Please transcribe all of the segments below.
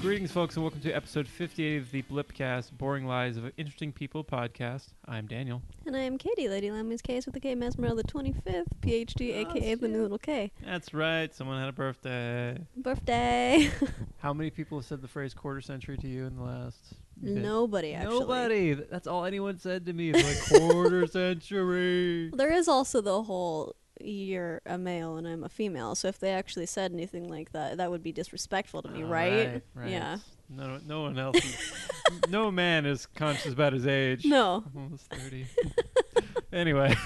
Greetings, folks, and welcome to episode 58 of the Blipcast Boring Lies of Interesting People podcast. I'm Daniel. And I am Katie, Lady Lammy's Case with the K Mesmerel, the 25th, PhD, aka the new little K. That's right, someone had a birthday. Birthday. How many people have said the phrase quarter century to you in the last? bit? Nobody, actually. Nobody. Th- That's all anyone said to me. It's like quarter century. There is also the whole you're a male and I'm a female, so if they actually said anything like that, that would be disrespectful to me, All right? Oh, right, right. Yeah. No, no one else. is- no man is conscious about his age. No, I'm almost 30. anyway,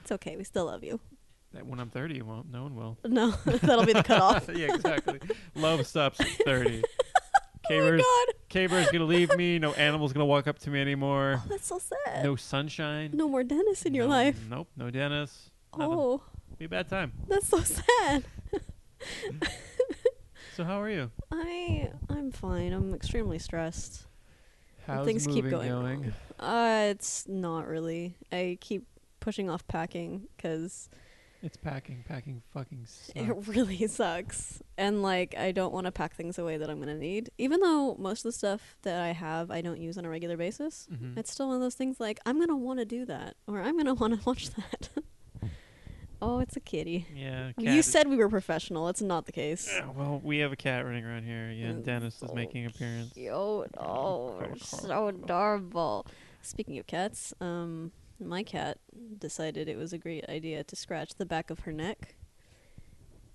it's okay. We still love you. that- when I'm 30, you won't. No one will. No, that'll be the cutoff. yeah, exactly. Love stops at 30. oh my K-Bird's, god. K-Bird's gonna leave me. No animal's gonna walk up to me anymore. That's so sad. No sunshine. No more Dennis in your No- life. Nope. No Dennis. Nothing. Oh, Be a bad time. that's so sad. So how are you? I I'm fine. I'm extremely stressed. How's things keep moving going wrong. Uh, it's not really. I keep pushing off packing because It's packing. Packing fucking sucks. it really sucks. And like, I don't want to pack things away that I'm gonna need. Even though most of the stuff that I have, I don't use on a regular basis. Mhm. It's still one of those things like I'm gonna want to do that, or I'm gonna want to watch that. oh, it's a kitty. Yeah. You cat- said we were professional. It's not the case. Yeah, well, we have a cat running around here. Yeah, and It's Dennis is so making an appearance. Oh, Cute. Oh, cool, they're cool, so adorable. Speaking of cats, um, my cat decided it was a great idea to scratch the back of her neck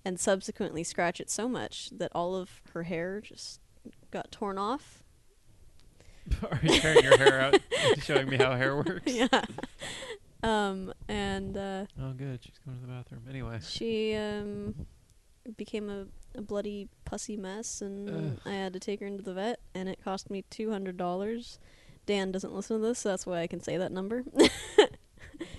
and subsequently scratch it so much that all of her hair just got torn off. Are you tearing your hair out? and showing me how hair works. yeah. Um, and uh, Oh, good. She's going to the bathroom. Anyway. she um, became a, a bloody pussy mess, and Ugh. I had to take her into the vet, and it cost me $200. Dan doesn't listen to this, so that's why I can say that number.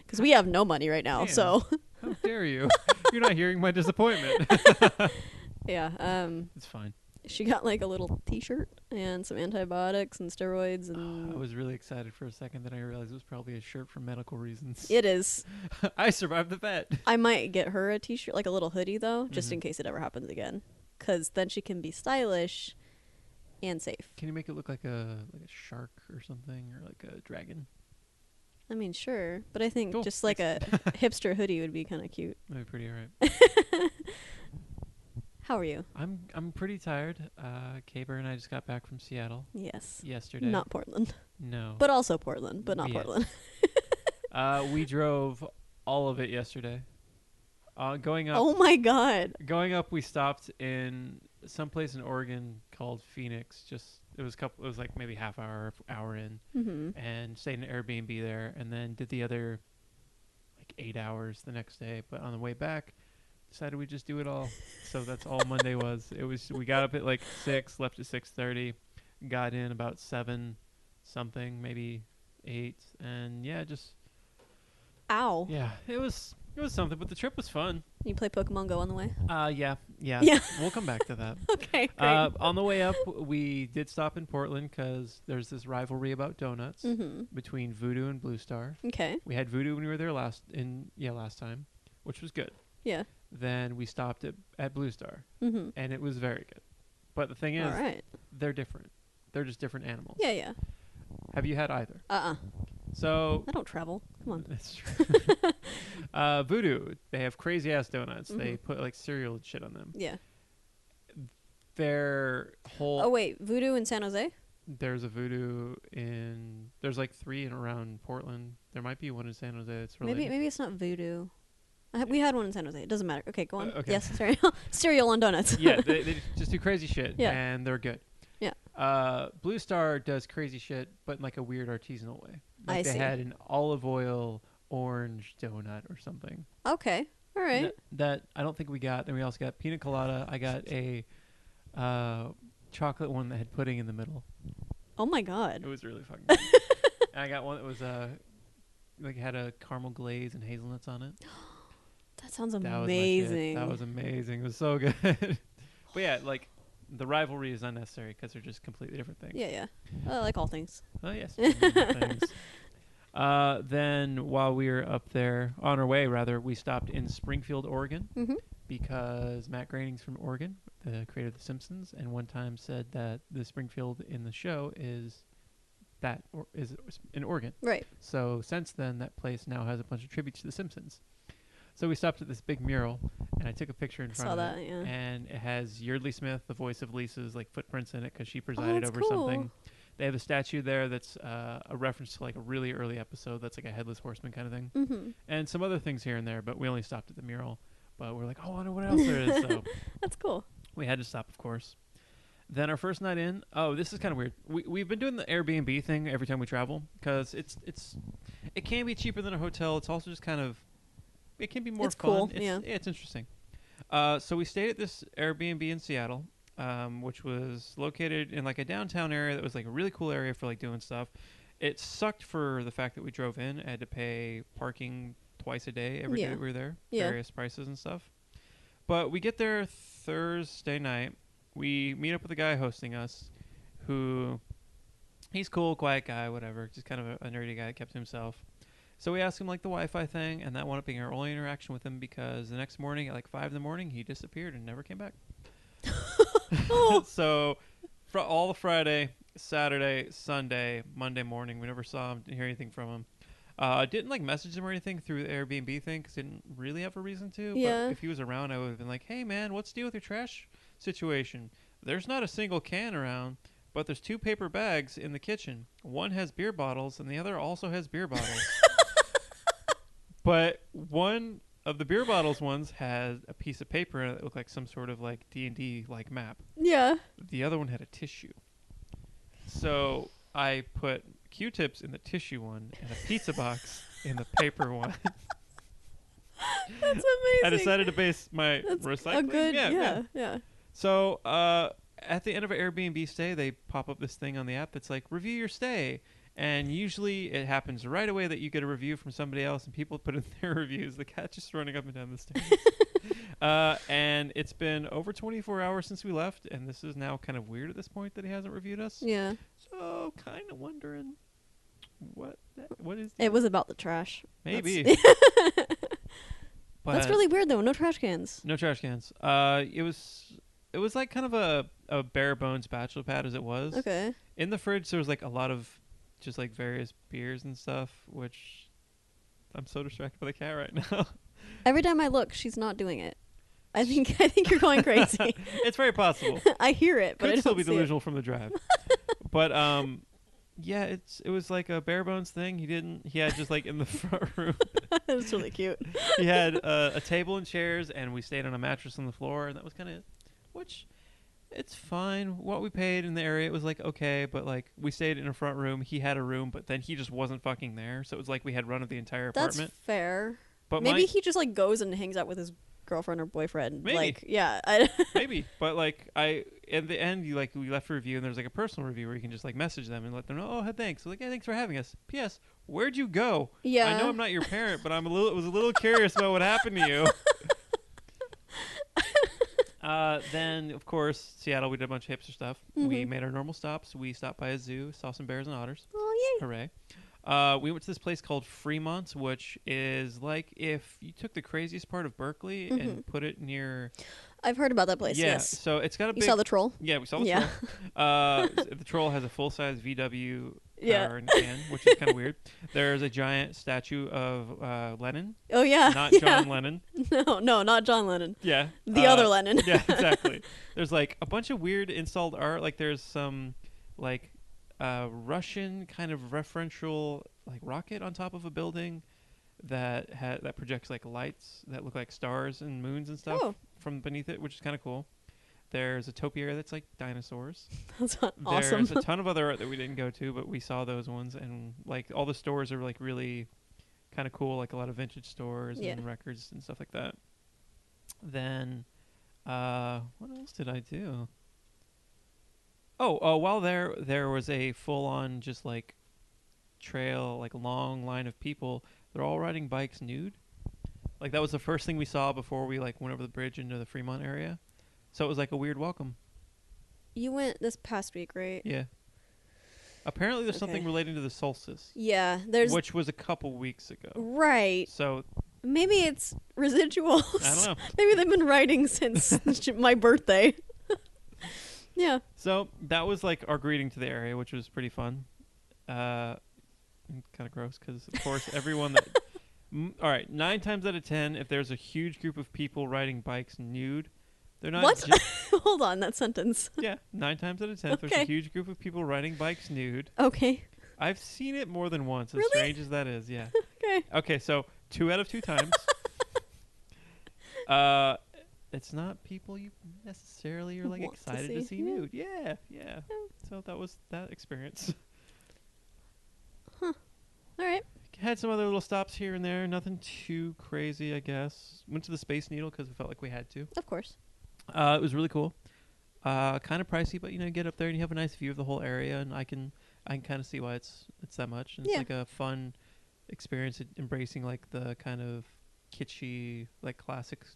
Because we have no money right now, Dan. so How dare you? You're not hearing my disappointment. yeah. Um, it's fine. she got like a little T-shirt and some antibiotics and steroids, Oh, I and was really excited for a second, then I realized it was probably a shirt for medical reasons. it is. I survived the vet. I might get her a T-shirt, like a little hoodie, though, just in Mhm. case it ever happens again. Because then she can be stylish and safe. Can you make it look like a like a shark or something, or like a dragon? I mean, sure, but I think Cool. just like a hipster hoodie would be kind of cute. That'd be pretty alright. How are you? I'm I'm pretty tired. Uh, Caber and I just got back from Seattle Yes. yesterday. Not Portland, no, but also Portland, but not Yes. Portland. uh, we drove all of it yesterday. Uh, going up, Oh my god. going up, we stopped in some place in Oregon called Phoenix. Just it was a couple. It was like maybe half hour hour in. hmm and stayed in an Airbnb there, and then did the other like eight hours the next day. But on the way back, decided we just do it all. so that's all Monday was. It was we got up at like six, left at six thirty, got in about seven something, maybe eight, and yeah, just Ow. yeah, it was it was something. But the trip was fun. You play Pokemon Go on the way? Uh, yeah, yeah, Yeah. We'll come back to that. Okay, great. Uh, on the way up, we did stop in Portland because there's this rivalry about donuts hmm between Voodoo and Blue Star. Okay. We had voodoo when we were there last in yeah last time, which was good. Yeah. Then we stopped at at Blue Star, hmm and it was very good. But the thing is, All right. they're different. They're just different animals. Yeah, yeah. Have you had either? Uh-uh. So I don't travel. Come on. that's true. uh, voodoo, they have crazy ass donuts. They Mhm. put like cereal and shit on them. Yeah. Their whole Oh wait, Voodoo in San Jose? there's a voodoo in there's like three in around Portland. There might be one in San Jose. It's related. Maybe maybe it's not Voodoo. I, we had one in San Jose. It doesn't matter. Okay, go on. Uh, okay. Yes, sorry. Cereal on donuts. yeah, they, they just do crazy shit, Yeah. and they're good. Yeah. Uh, Blue Star does crazy shit, but in like a weird artisanal way. Like I they see. had an olive oil orange donut or something. okay. All right. That, that I don't think we got. Then we also got pina colada. I got a uh, chocolate one that had pudding in the middle. Oh my It god. was really fucking. good. and I got one that was uh, like had a caramel glaze and hazelnuts on it. That sounds That was my shit. amazing. That was amazing. It was so good. but yeah, like the rivalry is unnecessary because they're just completely different things. Yeah, yeah. Uh, like all things. Oh yes. Things. Uh, then while we were up there on our way, rather, we stopped in Springfield, Oregon, Mhm. because Matt Groening's from Oregon, the creator of The Simpsons, and one time said that the Springfield in the show is that or is in Oregon. Right. So since then, that place now has a bunch of tributes to The Simpsons. So we stopped at this big mural, and I took a picture in I front saw of it that, yeah. and it has Yeardley Smith, the voice of Lisa's like footprints in it because she presided Oh, that's over cool. something. They have a statue there that's uh, a reference to like a really early episode that's like a headless horseman kind of thing, Mm-hmm. and some other things here and there. But we only stopped at the mural. But we're like, oh, I wonder what else there is. So That's cool. we had to stop, of course. Then our first night in. Oh, this is kind of weird. We we've been doing the Airbnb thing every time we travel because it's it's it can be cheaper than a hotel. It's also just kind of it can be more It's fun. cool, It's, yeah. it's interesting. Uh, so we stayed at this Airbnb in Seattle, um, which was located in like a downtown area that was like a really cool area for like doing stuff. It sucked for the fact that we drove in. I had to pay parking twice a day every day Yeah. that we were there, Yeah. various prices and stuff. But we get there Thursday night. We meet up with the guy hosting us, who he's cool, quiet guy, whatever, just kind of a, a nerdy guy that kept to himself. So we asked him like the Wi-Fi thing, and that wound up being our only interaction with him because the next morning at like five in the morning he disappeared and never came back. so, fr- all the Friday, Saturday, Sunday, Monday morning, we never saw him, didn't hear anything from him. Uh, I didn't like message him or anything through the Airbnb thing because didn't really have a reason to. Yeah. But if he was around, I would have been like, "Hey man, what's the deal with your trash situation? There's not a single can around." But there's two paper bags in the kitchen. One has beer bottles, and the other also has beer bottles. but one of the beer bottles ones had a piece of paper in it that looked like some sort of like D and D like map. Yeah. The other one had a tissue. So I put Q-tips in the tissue one and a pizza box in the paper one. That's amazing. I decided to base my That's recycling. A good, yeah, yeah, yeah. So uh, at the end of an Airbnb stay, they pop up this thing on the app that's like review your stay, and usually it happens right away that you get a review from somebody else, and people put in their reviews. The cat just running up and down the stairs. Uh, and it's been over 24 hours since we left, and this is now kind of weird at this point that he hasn't reviewed us. Yeah. So kind of wondering what that, what is the It was about the trash. that's- maybe. That's But- really weird though. No trash cans. no trash cans. Uh, it was it was like kind of a, a bare bones bachelor pad as it was. Okay. In the fridge, there was like a lot of just like various beers and stuff, which I'm so distracted by the cat right now. Every time I look, she's not doing it. I think I think you're going crazy. it's very possible. I hear it, but I Could don't still be see it. delusional from the drive. but um, yeah, it's it was like a bare bones thing. He didn't. He had just like in the front room. it's really cute. he had uh, a table and chairs, and we stayed on a mattress on the floor, and that was kind of, which, it's fine. What we paid in the area was like okay, but like we stayed in a front room. He had a room, but then he just wasn't fucking there, so it was like we had run of the entire That's apartment. fair. but maybe my, he just like goes and hangs out with his girlfriend or boyfriend. Maybe. Like, yeah. I, maybe, but like I at the end, you like we left a review, and there's like a personal review where you can just like message them and let them know, oh hey, thanks, like yeah, thanks for having us. P.S. Where'd you go? yeah. I know I'm not your parent, but I'm a little was a little curious about what happened to you. uh, then of course Seattle, we did a bunch of hipster stuff. We Mhm. made our normal stops. We stopped by a zoo, saw some bears and otters. Oh yay! Hooray! Uh, we went to this place called Fremont, which is like if you took the craziest part of Berkeley and put it near. I've heard about that Mm-hmm. place. yeah, Yes. so it's got a You big. saw the troll. yeah, we saw the Yeah. troll. Uh, s- the troll has a full size VW Yeah. car and can, which is kind of weird. There's a giant statue of uh, Lenin Oh yeah. not yeah. John Lennon. No, no, not John Lennon. Yeah. The Uh, other Lennon. yeah, exactly. There's like a bunch of weird installed art. Like there's some like uh, Russian kind of referential like rocket on top of a building that ha- that projects like lights that look like stars and moons and stuff Oh. from beneath it, which is kind of cool. There's a topiary that's like dinosaurs. That's aw- awesome. There's a ton of other art that we didn't go to, but we saw those ones, and like all the stores are like really kind of cool, like a lot of vintage stores Yeah. and records and stuff like that. Then, uh, what else did I do? Oh, uh, while there, there was a full-on just like trail, like long line of people. They're all riding bikes nude. Like that was the first thing we saw before we like went over the bridge into the Fremont area. So it was like a weird welcome. You went this past week, right? Yeah. Apparently, there's something Okay. relating to the solstice, Yeah, there's which was a couple weeks ago. right. So Maybe it's residuals. I don't know. Maybe they've been writing since my birthday. yeah. So that was like our greeting to the area, which was pretty fun. Uh, kind of gross because, of course, everyone that. M- all right, nine times out of ten, if there's a huge group of people riding bikes nude, they're not. What? ju- Hold on, that sentence. yeah, nine times out of ten, if there's a Okay. huge group of people riding bikes nude. Okay. I've seen it more than once, as Really? strange as that is, yeah. Okay. Okay, so two out of two times. uh, it's not people you necessarily are like Want to excited to see, see, yeah. nude. Yeah, yeah. Yeah. So that was that experience. All right. Had some other little stops here and there. Nothing too crazy, I guess. Went to the Space Needle because we felt like we had to. Of course. Uh, it was really cool. Uh, kind of pricey, but you know, you get up there and you have a nice view of the whole area, and I can I can kind of see why it's it's that much. And Yeah. It's like a fun experience, in- embracing like the kind of kitschy, like classic s-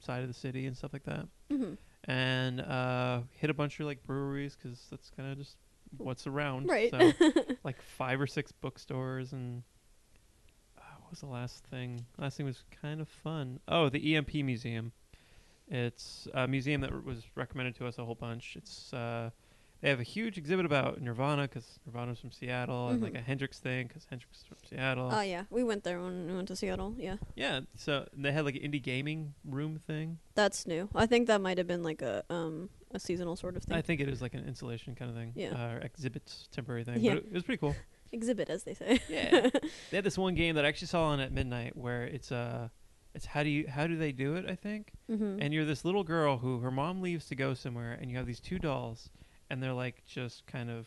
side of the city and stuff like that. hmm And uh, hit a bunch of like breweries because that's kind of just what's around. Right. So like five or six bookstores and. uh, what was the last thing? Last thing was kind of fun. Oh, the EMP Museum. It's a museum that r- was recommended to us a whole bunch. It's uh, they have a huge exhibit about Nirvana because Nirvana's from Seattle, and like Mhm. a Hendrix thing because Hendrix is from Seattle. Oh yeah, we went there when we went to Seattle. Yeah, yeah, so and they had like an indie gaming room thing. that's new. I think that might have been like a um a seasonal sort of thing. I think it is like an installation kind of thing, Yeah. uh, exhibits, temporary thing. Yeah. But it, it was pretty cool. Exhibit, as they say. Yeah. they had this one game that I actually saw on at midnight where it's uh it's how do you how do they do it, I think? hmm And you're this little girl who her mom leaves to go somewhere and you have these two dolls and they're like just kind of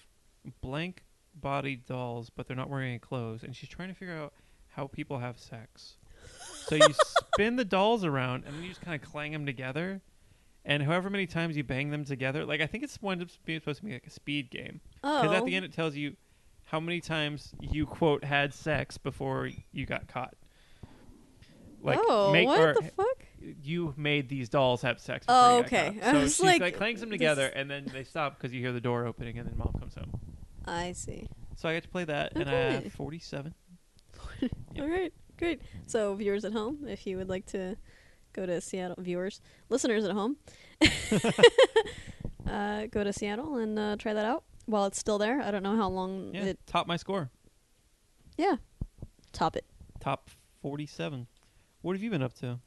blank bodied dolls, but they're not wearing any clothes and she's trying to figure out how people have sex. So you spin the dolls around and then you just kind of clang them together. And however many times you bang them together, like I think it's one it's supposed to be like a speed game. oh, Because at the end it tells you how many times you quote had sex before you got caught. Like oh, make what or the fuck? you made these dolls have sex. Before Oh, you got okay. caught. I So was she's like, like, clangs them this- together, and then they stop because you hear the door opening, and then mom comes home. I see. So I got to play that, and I Okay. have forty-seven. Yeah. All right, great. So viewers at home, if you would like to go to Seattle, viewers, listeners at home, uh, go to Seattle and uh, try that out while it's still there. I don't know how long Yeah, Mm, it. top my score, Yeah, top it. top forty-seven. What have you been up to?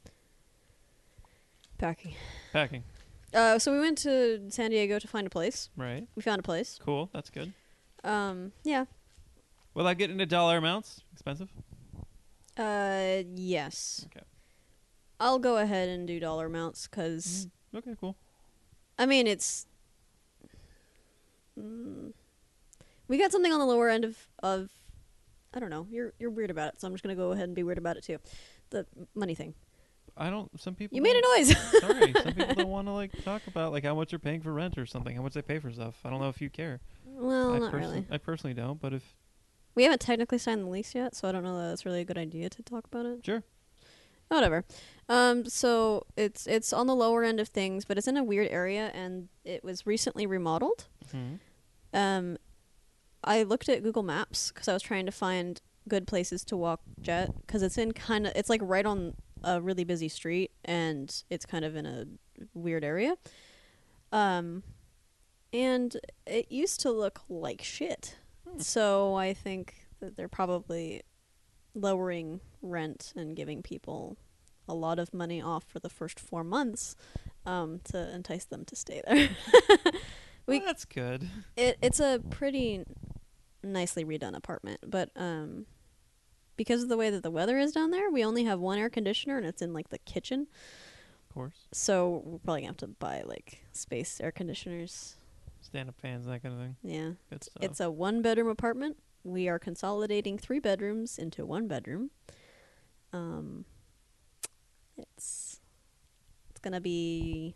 Packing. Packing, Uh, so we went to San Diego to find a place. right? We found a place. Cool, that's good. Um, yeah. Without getting into dollar amounts, expensive. Uh, yes. Okay. I'll go ahead and do dollar amounts because Okay, cool. I mean it's. Mm, we got something on the lower end of of, I don't know. You're you're weird about it, so I'm just gonna go ahead and be weird about it too. The money thing. I don't. Some people. You made don't- a noise. Sorry, some people don't want to like talk about like how much they're paying for rent or something, how much they pay for stuff. I don't know if you care. well, I not perso- really. I personally don't, but if We haven't technically signed the lease yet, so I don't know that it's really a good idea to talk about it. sure, whatever. Um, so it's it's on the lower end of things, but it's in a weird area, and it was recently remodeled. hmm. Um, I looked at Google Maps because I was trying to find good places to walk Jet because it's in kind of it's like right on a really busy street, and it's kind of in a weird area. Um, and it used to look like shit. Hmm. So I think that they're probably lowering rent and giving people a lot of money off for the first four months um, to entice them to stay there. We- well, that's good. it, it's a pretty nicely redone apartment, but um, because of the way that the weather is down there, we only have one air conditioner and it's in like the kitchen. Of course, So we're probably gonna have to buy like space air conditioners. stand-up fans, that kind of thing. Yeah. Good stuff. It's a one bedroom apartment. We are consolidating three bedrooms into one bedroom. Um, it's it's gonna be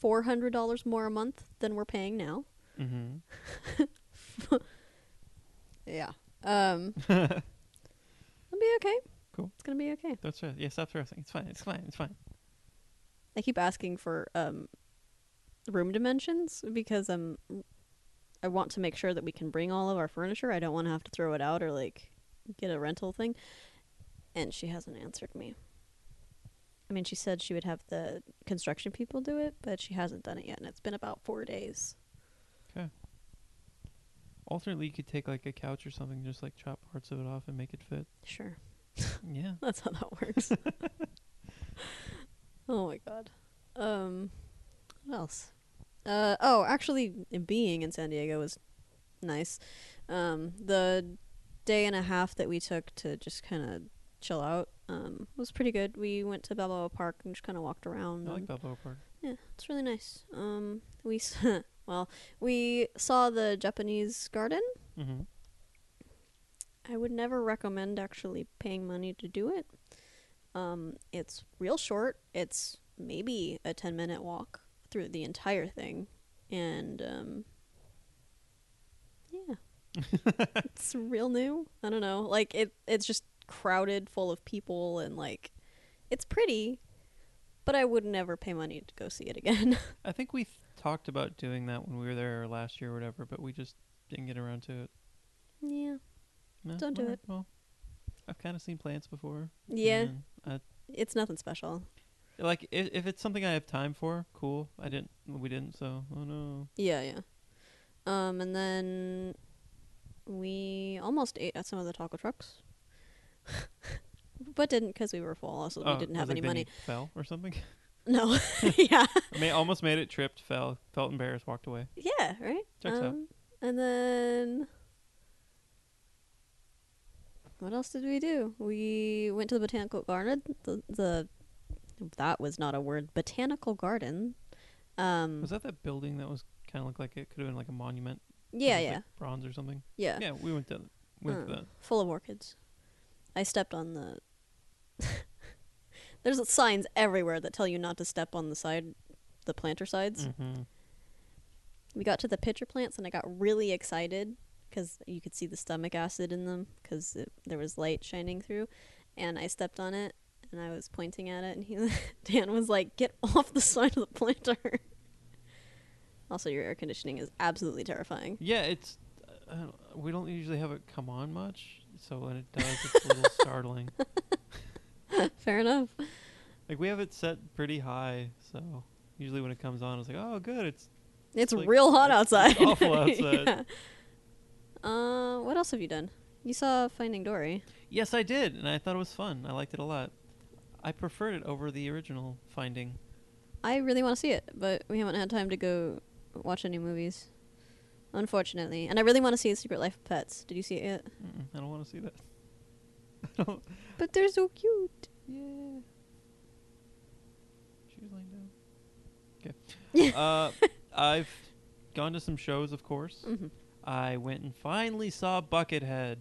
four hundred dollars more a month than we're paying now. mm-hmm. Yeah. Um, it'll be okay. Cool. It's gonna be okay. That's right. Yeah, stop stressing. It's fine. It's fine. It's fine. I keep asking for um room dimensions because I'm I want to make sure that we can bring all of our furniture. I don't want to have to throw it out or like get a rental thing. And she hasn't answered me. I mean, she said she would have the construction people do it, but she hasn't done it yet, and it's been about four days. Alternately, you could take like a couch or something, just like chop parts of it off and make it fit. Sure, Yeah. that's how that works. oh my god. Um, what else? Uh, oh, actually, being in San Diego was nice. Um, the day and a half that we took to just kind of chill out um, was pretty good. We went to Balboa Park and just kind of walked around. I like and- Balboa Park. Yeah, it's really nice. Um, we s- well, we saw the Japanese garden. Mm-hmm. I would never recommend actually paying money to do it. Um, it's real short. It's maybe a ten minute walk through the entire thing, and um, yeah, it's real new. I don't know. Like it, it's just crowded, full of people, and like it's pretty. But I would never pay money to go see it again. I think we th- talked about doing that when we were there last year or whatever, but we just didn't get around to it. yeah. No, Don't do alright, Well, I've kind of seen plants before. Yeah, and I, it's nothing special. like if, if it's something I have time for, cool. I didn't. We didn't. So oh no. Yeah, yeah. Um, and then we almost ate at some of the taco trucks, but didn't because we were full. Also, Oh, we didn't I was have like, any then you money. Fell or something. No, yeah, I mean, almost made it. Tripped. Fell. Felt embarrassed. Walked away. yeah, right. Um, Checks out. And then what else did we do? We went to the botanical garden. The, the that was not a word. Botanical garden. Um, Was that that building that was kind of looked like it could have been like a monument? It yeah, was, yeah, like, bronze or something. yeah, Yeah, we went to went to Uh, that. Full of orchids. I stepped on the. There's signs everywhere that tell you not to step on the side, the planter sides. Mhm. We got to the pitcher plants and I got really excited because you could see the stomach acid in them because there was light shining through, and I stepped on it and I was pointing at it and he Dan was like, "Get off the side of the planter." also, your air conditioning is absolutely terrifying. Yeah, it's uh, I don't- we don't usually have it come on much, so when it does, it's a little startling. Fair enough. Like we have it set pretty high, so usually when it comes on, it's like, oh, good, it's It's It's, like- real hot it's- it's outside. awful outside. Yeah. Uh, what else have you done? You saw Finding Dory. yes, I did, and I thought it was fun. I liked it a lot. I preferred it over the original Finding. I really want to see it, but we haven't had time to go watch any movies, unfortunately. And I really want to see Secret Life of Pets. Did you see it? Mm-mm, I don't want to see that. I don't. But they're so cute. Yeah. She was laying down. Okay. uh, I've gone to some shows, of course. hmm I went and finally saw Buckethead.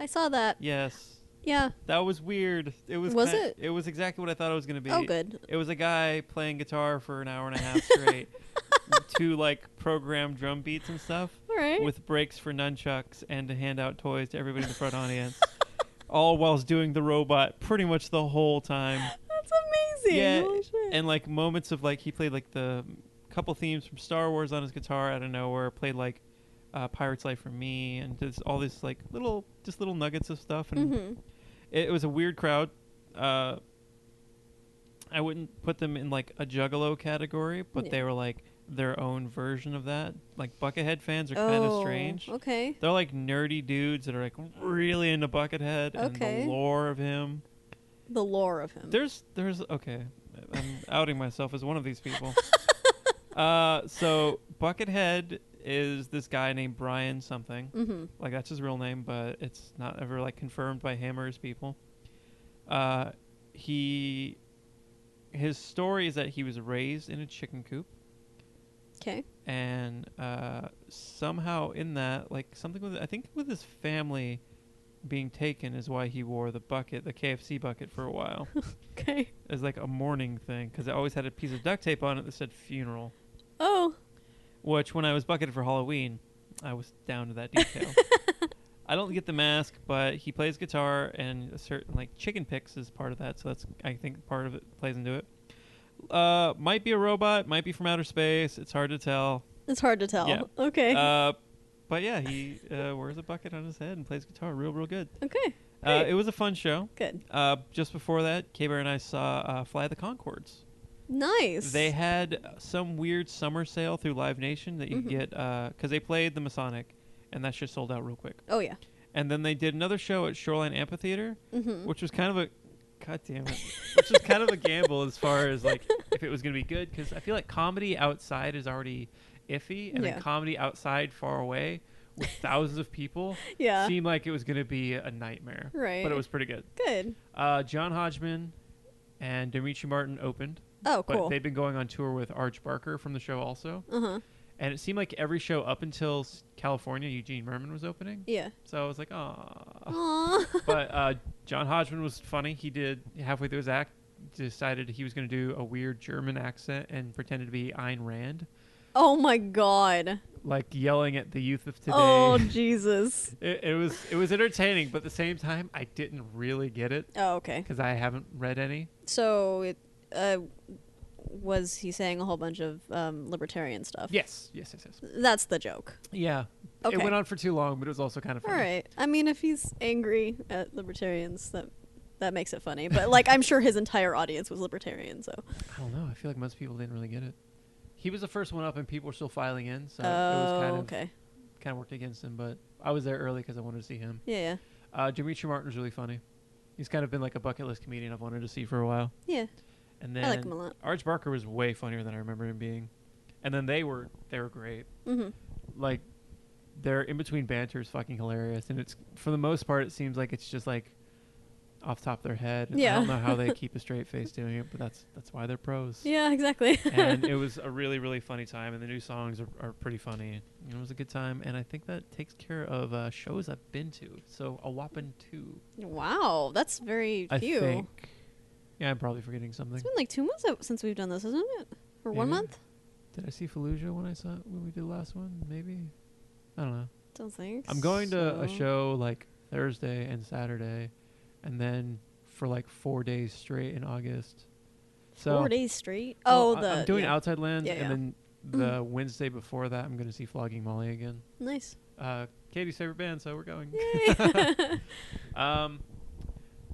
I saw that. Yes. Yeah. That was weird. It was Was kinda- it? It was exactly what I thought it was going to be. Oh, good. It was a guy playing guitar for an hour and a half straight to like program drum beats and stuff All right. with breaks for nunchucks and to hand out toys to everybody in the front audience. All whilst doing the robot pretty much the whole time. That's amazing. Yeah, Holy shit. and like moments of like he played like the couple themes from Star Wars on his guitar out of nowhere. Played like uh, Pirates Life for Me and just all this like little just little nuggets of stuff. And Mhm. it, it was a weird crowd. Uh, I wouldn't put them in like a Juggalo category, but Yeah. they were like their own version of that. Like Buckethead fans are kind of Oh, strange. Okay. They're like nerdy dudes that are like really into Buckethead and Okay. the lore of him. The lore of him. There's, there's, okay. I'm outing myself as one of these people. uh, so Buckethead is this guy named Brian something. mm-hmm. Like that's his real name, but it's not ever like confirmed by him or his people. Uh, he, his story is that he was raised in a chicken coop, Okay. and uh, somehow in that, like something with, I think with his family being taken is why he wore the bucket, the KFC bucket, for a while Okay. as like a mourning thing because I always had a piece of duct tape on it that said funeral. Oh. Which, when I was bucketed for Halloween, I was down to that detail. I don't get the mask, but he plays guitar and a certain like chicken picks is part of that, so that's I think part of it plays into it. uh, might be a robot, might be from outer space. It's hard to tell. It's hard to tell. Yeah. Okay. Uh, but yeah, he uh, wears a bucket on his head and plays guitar real, real good. okay. Uh, Great. it was a fun show. Good. Uh, just before that, K Bear and I saw uh, Fly the Concords. Nice. They had some weird summer sale through Live Nation that you could Mhm. get because they played the Masonic, and that shit sold out real quick. oh yeah. And then they did another show at Shoreline Amphitheater, Mm-hmm. which was kind of a god damn it, which was kind of a gamble as far as like if it was going to be good because I feel like comedy outside is already iffy, and Yeah. then comedy outside far away with thousands of people Yeah. seemed like it was going to be a nightmare. right. But it was pretty good. good. Uh, John Hodgman and Dimitri Martin opened, Oh, but cool. they've been going on tour with Arch Barker from the show also. Uh huh. And it seemed like every show up until s- California, Eugene Merman was opening. Yeah. So I was like, ah. Aw. but uh, John Hodgman was funny. He did halfway through his act decided he was going to do a weird German accent and pretended to be Ayn Rand, oh my god. like yelling at the youth of today. Oh Jesus. It, it was it was entertaining, but at the same time, I didn't really get it Oh okay. because I haven't read any. So it uh, was he saying a whole bunch of um, libertarian stuff? Yes, yes, yes, yes. That's the joke. Yeah, Okay. it went on for too long, but it was also kind of All funny. right. I mean, if he's angry at libertarians, that that makes it funny. But like, I'm sure his entire audience was libertarian. So I don't know. I feel like most people didn't really get it. He was the first one up, and people were still filing in, so oh, it was kind of okay. kind of worked against him. But I was there early because I wanted to see him. Yeah, Uh, Dimitri Martin's really funny. He's kind of been like a bucket list comedian I've wanted to see for a while. yeah, And yeah. then I like him a lot. Arch Barker was way funnier than I remember him being. And then they were they were great. Mm-hmm. Like their in between banter is fucking hilarious, and it's for the most part it seems like it's just like off the top of their head. And I Yeah. don't know how they keep a straight face doing it, but that's that's why they're pros. Yeah, exactly. and it was a really really funny time, and the new songs are, are pretty funny. And it was a good time, and I think that takes care of uh, shows I've been to. So a whopping two. wow, that's very I few. think. Yeah, I'm probably forgetting something. It's been like two months o- since we've done this, isn't it? Or one Maybe. month? Did I see Fallujah when I saw when we did the last one? Maybe. I don't know. Don't think. I'm going to a so. show like Thursday and Saturday, and then for like four days straight in August. So Four days straight. well, Oh, I- the I'm doing yeah. Outside Lands, Yeah, yeah. and then the Wednesday before that, I'm going to see Flogging Molly again. Nice. Uh, Katie's favorite band, so we're going. Yay. um,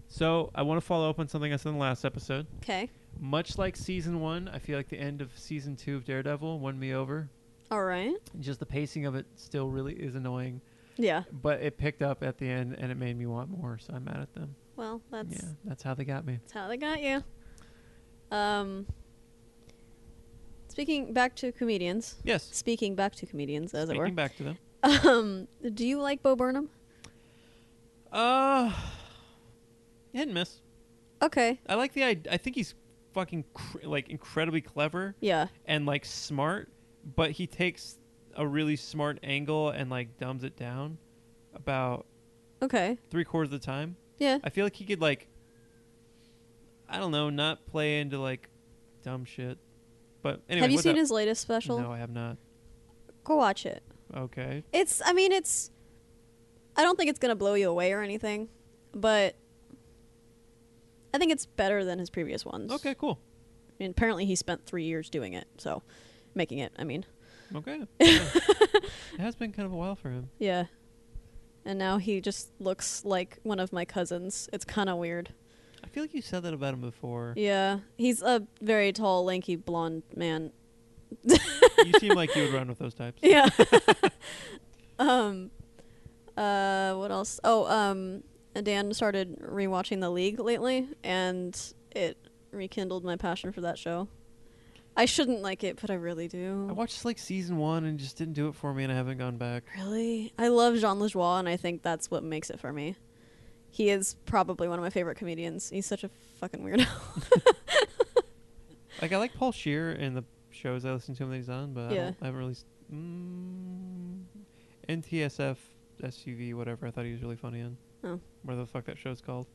so I want to follow up on something I said in the last episode. Okay. much like season one, I feel like the end of season two of Daredevil won me over. All right. Just the pacing of it still really is annoying, Yeah. but it picked up at the end and it made me want more. So I'm mad at them. Well, that's yeah, that's how they got me. that's how they got you. Um. Speaking back to comedians. Yes, Speaking back to comedians, as speaking back to them. it were. Um. Do you like Bo Burnham? Uh, hit and miss. Okay. I like the. I, I think he's fucking cr- like incredibly clever Yeah. and like smart, but he takes a really smart angle and like dumbs it down about Okay. three quarters of the time. Yeah. I feel like he could like I don't know, not play into like dumb shit. But anyway, have you what seen the- his latest special? No, I have not. Go watch it. Okay. It's. I mean, it's. I don't think it's gonna blow you away or anything, but I think it's better than his previous ones. Okay, cool. I mean, apparently he spent three years doing it, so making it. I mean, Okay. Yeah. it has been kind of a while for him. yeah. And now he just looks like one of my cousins. It's kind of weird. I feel like you said that about him before. Yeah, he's a very tall, lanky, blonde man. you seem like you would run with those types. Yeah. um. Uh. What else? Oh. Um. Dan started rewatching The League lately, and it rekindled my passion for that show. I shouldn't like it, but I really do. I watched like season 1 and it just didn't do it for me and I haven't gone back. Really? I love Jean Lajoie, and I think that's what makes it for me. He is probably one of my favorite comedians. He's such a fucking weirdo. Like I like Paul Shear and the shows I listen to him that he's on, but I, Yeah. don't, I haven't really s- mm, NTSF SUV whatever. I thought he was really funny in. Oh. Where the fuck that show's called.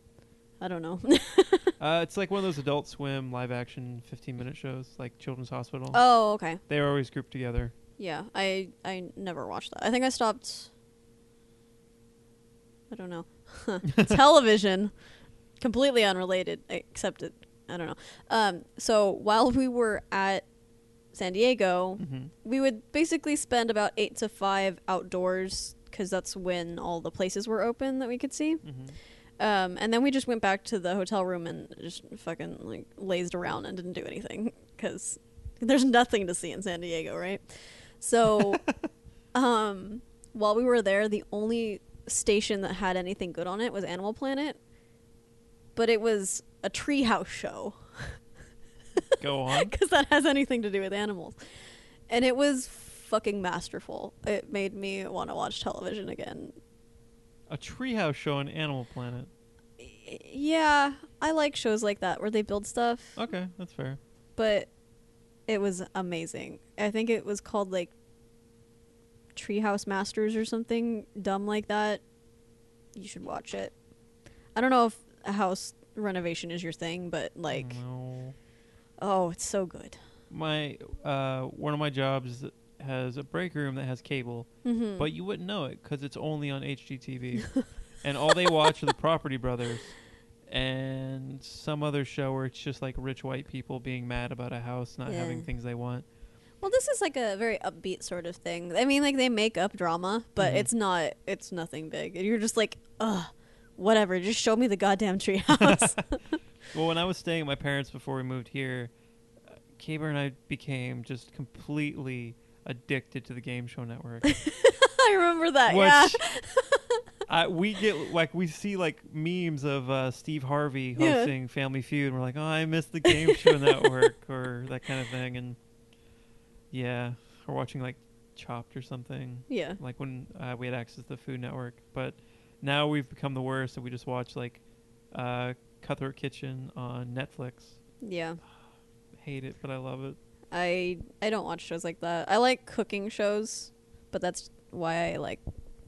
I don't know. Oh, Uh, it's like one of those Adult Swim live action 15 minute shows, like Children's Hospital. oh, okay. They are always grouped together. Yeah, I I never watched that. I think I stopped. I don't know. Television, completely unrelated, except it I don't know. Um, so while we were at San Diego, Mm-hmm. we would basically spend about eight to five outdoors because that's when all the places were open that we could see. Mm-hmm. Um, and then we just went back to the hotel room and just fucking like lazed around and didn't do anything because there's nothing to see in San Diego, right? So, um, while we were there, the only station that had anything good on it was Animal Planet, but it was a treehouse show Go on. because that has anything to do with animals. And it was fucking masterful. It made me want to watch television again. A treehouse show on Animal Planet. Y- Yeah, I like shows like that where they build stuff, Okay, that's fair. but it was amazing. I think it was called like Treehouse Masters or something dumb like that. You should watch it. I don't know if a house renovation is your thing, but like, Mm-hmm. No. oh, it's so good. my uh, one of my jobs has a break room that has cable, hmm but you wouldn't know it because it's only on HGTV, and all they watch are the Property Brothers and some other show where it's just like rich white people being mad about a house not having Yeah. things they want. Well, this is like a very upbeat sort of thing. I mean, like they make up drama, but Mhm. it's not. It's nothing big. You're just like, ugh, whatever. Just show me the goddamn treehouse. Well, when I was staying at my parents before we moved here, uh, Kaber and I became just completely addicted to the Game Show Network. I remember that. Which- yeah. I, we get like we see like memes of uh, Steve Harvey Yeah. hosting Family Feud, and we're like, oh, I miss the Game Show Network or that kind of thing, and yeah, or watching like Chopped or something, Yeah. like when uh, we had access to the Food Network. But now we've become the worst, and we just watch like uh, Cutthroat Kitchen on Netflix. Yeah. Hate it, but I love it. I I don't watch shows like that. I like cooking shows, but that's why I like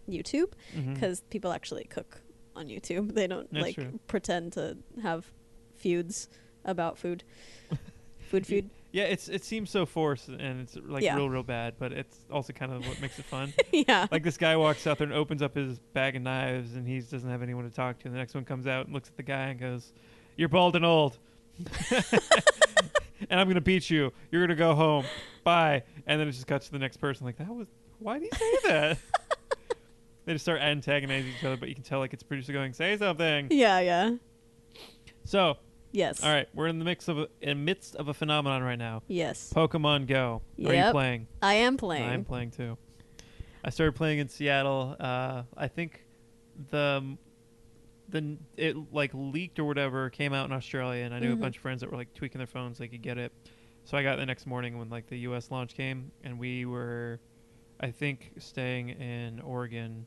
YouTube Mhm. because people actually cook on YouTube. They don't That's like true. pretend to have feuds about food. food, You- food. Yeah, it's it seems so forced and it's like Yeah. real, real bad, but it's also kind of what makes it fun. yeah. like this guy walks out there and opens up his bag of knives and he doesn't have anyone to talk to and the next one comes out and looks at the guy and goes you're bald and old and i'm gonna beat you you're gonna go home bye and then it just cuts to the next person like that was why do you say that they just start antagonizing each other but you can tell like it's producer going say something Yeah. Yeah. so Yes. all right we're in the mix of a, in midst of a phenomenon right now Yes. pokemon go are you Yep. playing I am playing. I'm playing too. I started playing in Seattle. Uh, I think the the n- it like leaked or whatever came out in Australia, and I knew Mhm. a bunch of friends that were like tweaking their phones so they could get it. So I got it the next morning when like the U.S. launch came, and we were, I think, staying in Oregon,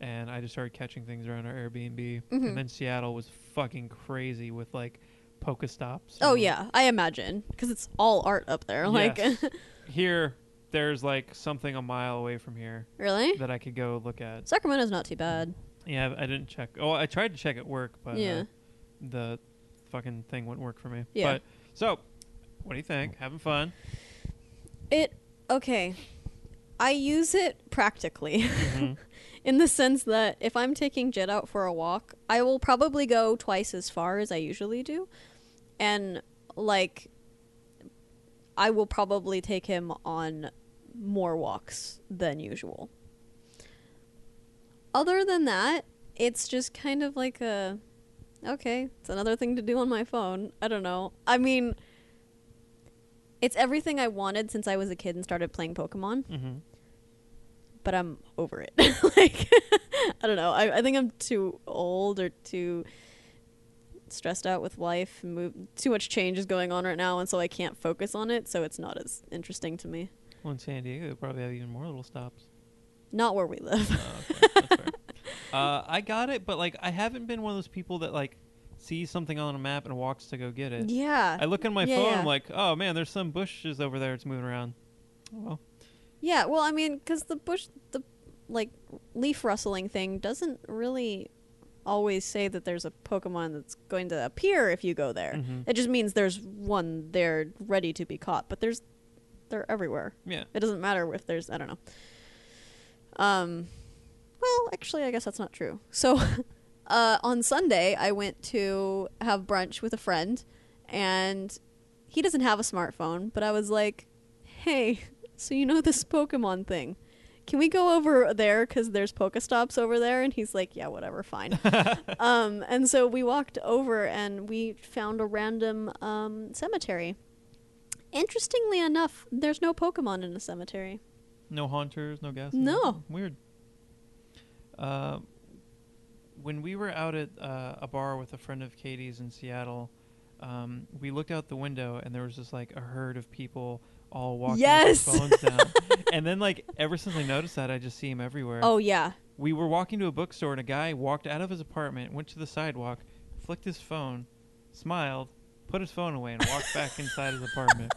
and I just started catching things around our Airbnb, Mhm. and then Seattle was fucking crazy with like Pokestops. oh and, yeah, I imagine because it's all art up there. Yes. Like, here there's like something a mile away from here really? that I could go look at. Sacramento's not too bad. Yeah, I I didn't check. Oh, I tried to check at work, but uh, Yeah. the fucking thing wouldn't work for me. Yeah. But so, what do you think? Having fun? It okay. I use it practically Mhm. in the sense that if I'm taking Jed out for a walk, I will probably go twice as far as I usually do, and like, I will probably take him on more walks than usual. Other than that, it's just kind of like a okay, it's another thing to do on my phone. I don't know. I mean, it's everything I wanted since I was a kid and started playing Pokemon, Mhm. but I'm over it. like, I don't know. I, I think I'm too old or too stressed out with life. and Move, too much change is going on right now, and so I can't focus on it, so it's not as interesting to me. Well, in San Diego, they probably have even more little stops. Not where we live. Oh, okay. That's fair. Uh, I got it, but like I haven't been one of those people that like sees something on a map and walks to go get it. yeah. I look on my Yeah, phone. yeah. I'm like, oh man, there's some bushes over there. It's moving around. Oh, well, Yeah, well, I mean, because the bush, the like leaf rustling thing doesn't really always say that there's a Pokemon that's going to appear if you go there. Mhm. It just means there's one there ready to be caught, but there's they're everywhere. yeah. It doesn't matter if there's I don't know. Um, well, actually, I guess that's not true. So, uh, on Sunday, I went to have brunch with a friend, and he doesn't have a smartphone, but I was like, "Hey, so you know this Pokemon thing? Can we go over there cuz there's Pokestops over there?" And he's like, "Yeah, whatever, fine." um and so we walked over and we found a random um cemetery. Interestingly enough, there's no Pokemon in a cemetery. No haunters, no gas. No. Weird. Uh, when we were out at uh, a bar with a friend of Katie's in Seattle, um, we looked out the window and there was just like a herd of people all walking Yes. with their phones down. and then like ever since I noticed that, I just see them everywhere. Oh yeah. We were walking to a bookstore and a guy walked out of his apartment, went to the sidewalk, flicked his phone, smiled, put his phone away, and walked back inside his apartment.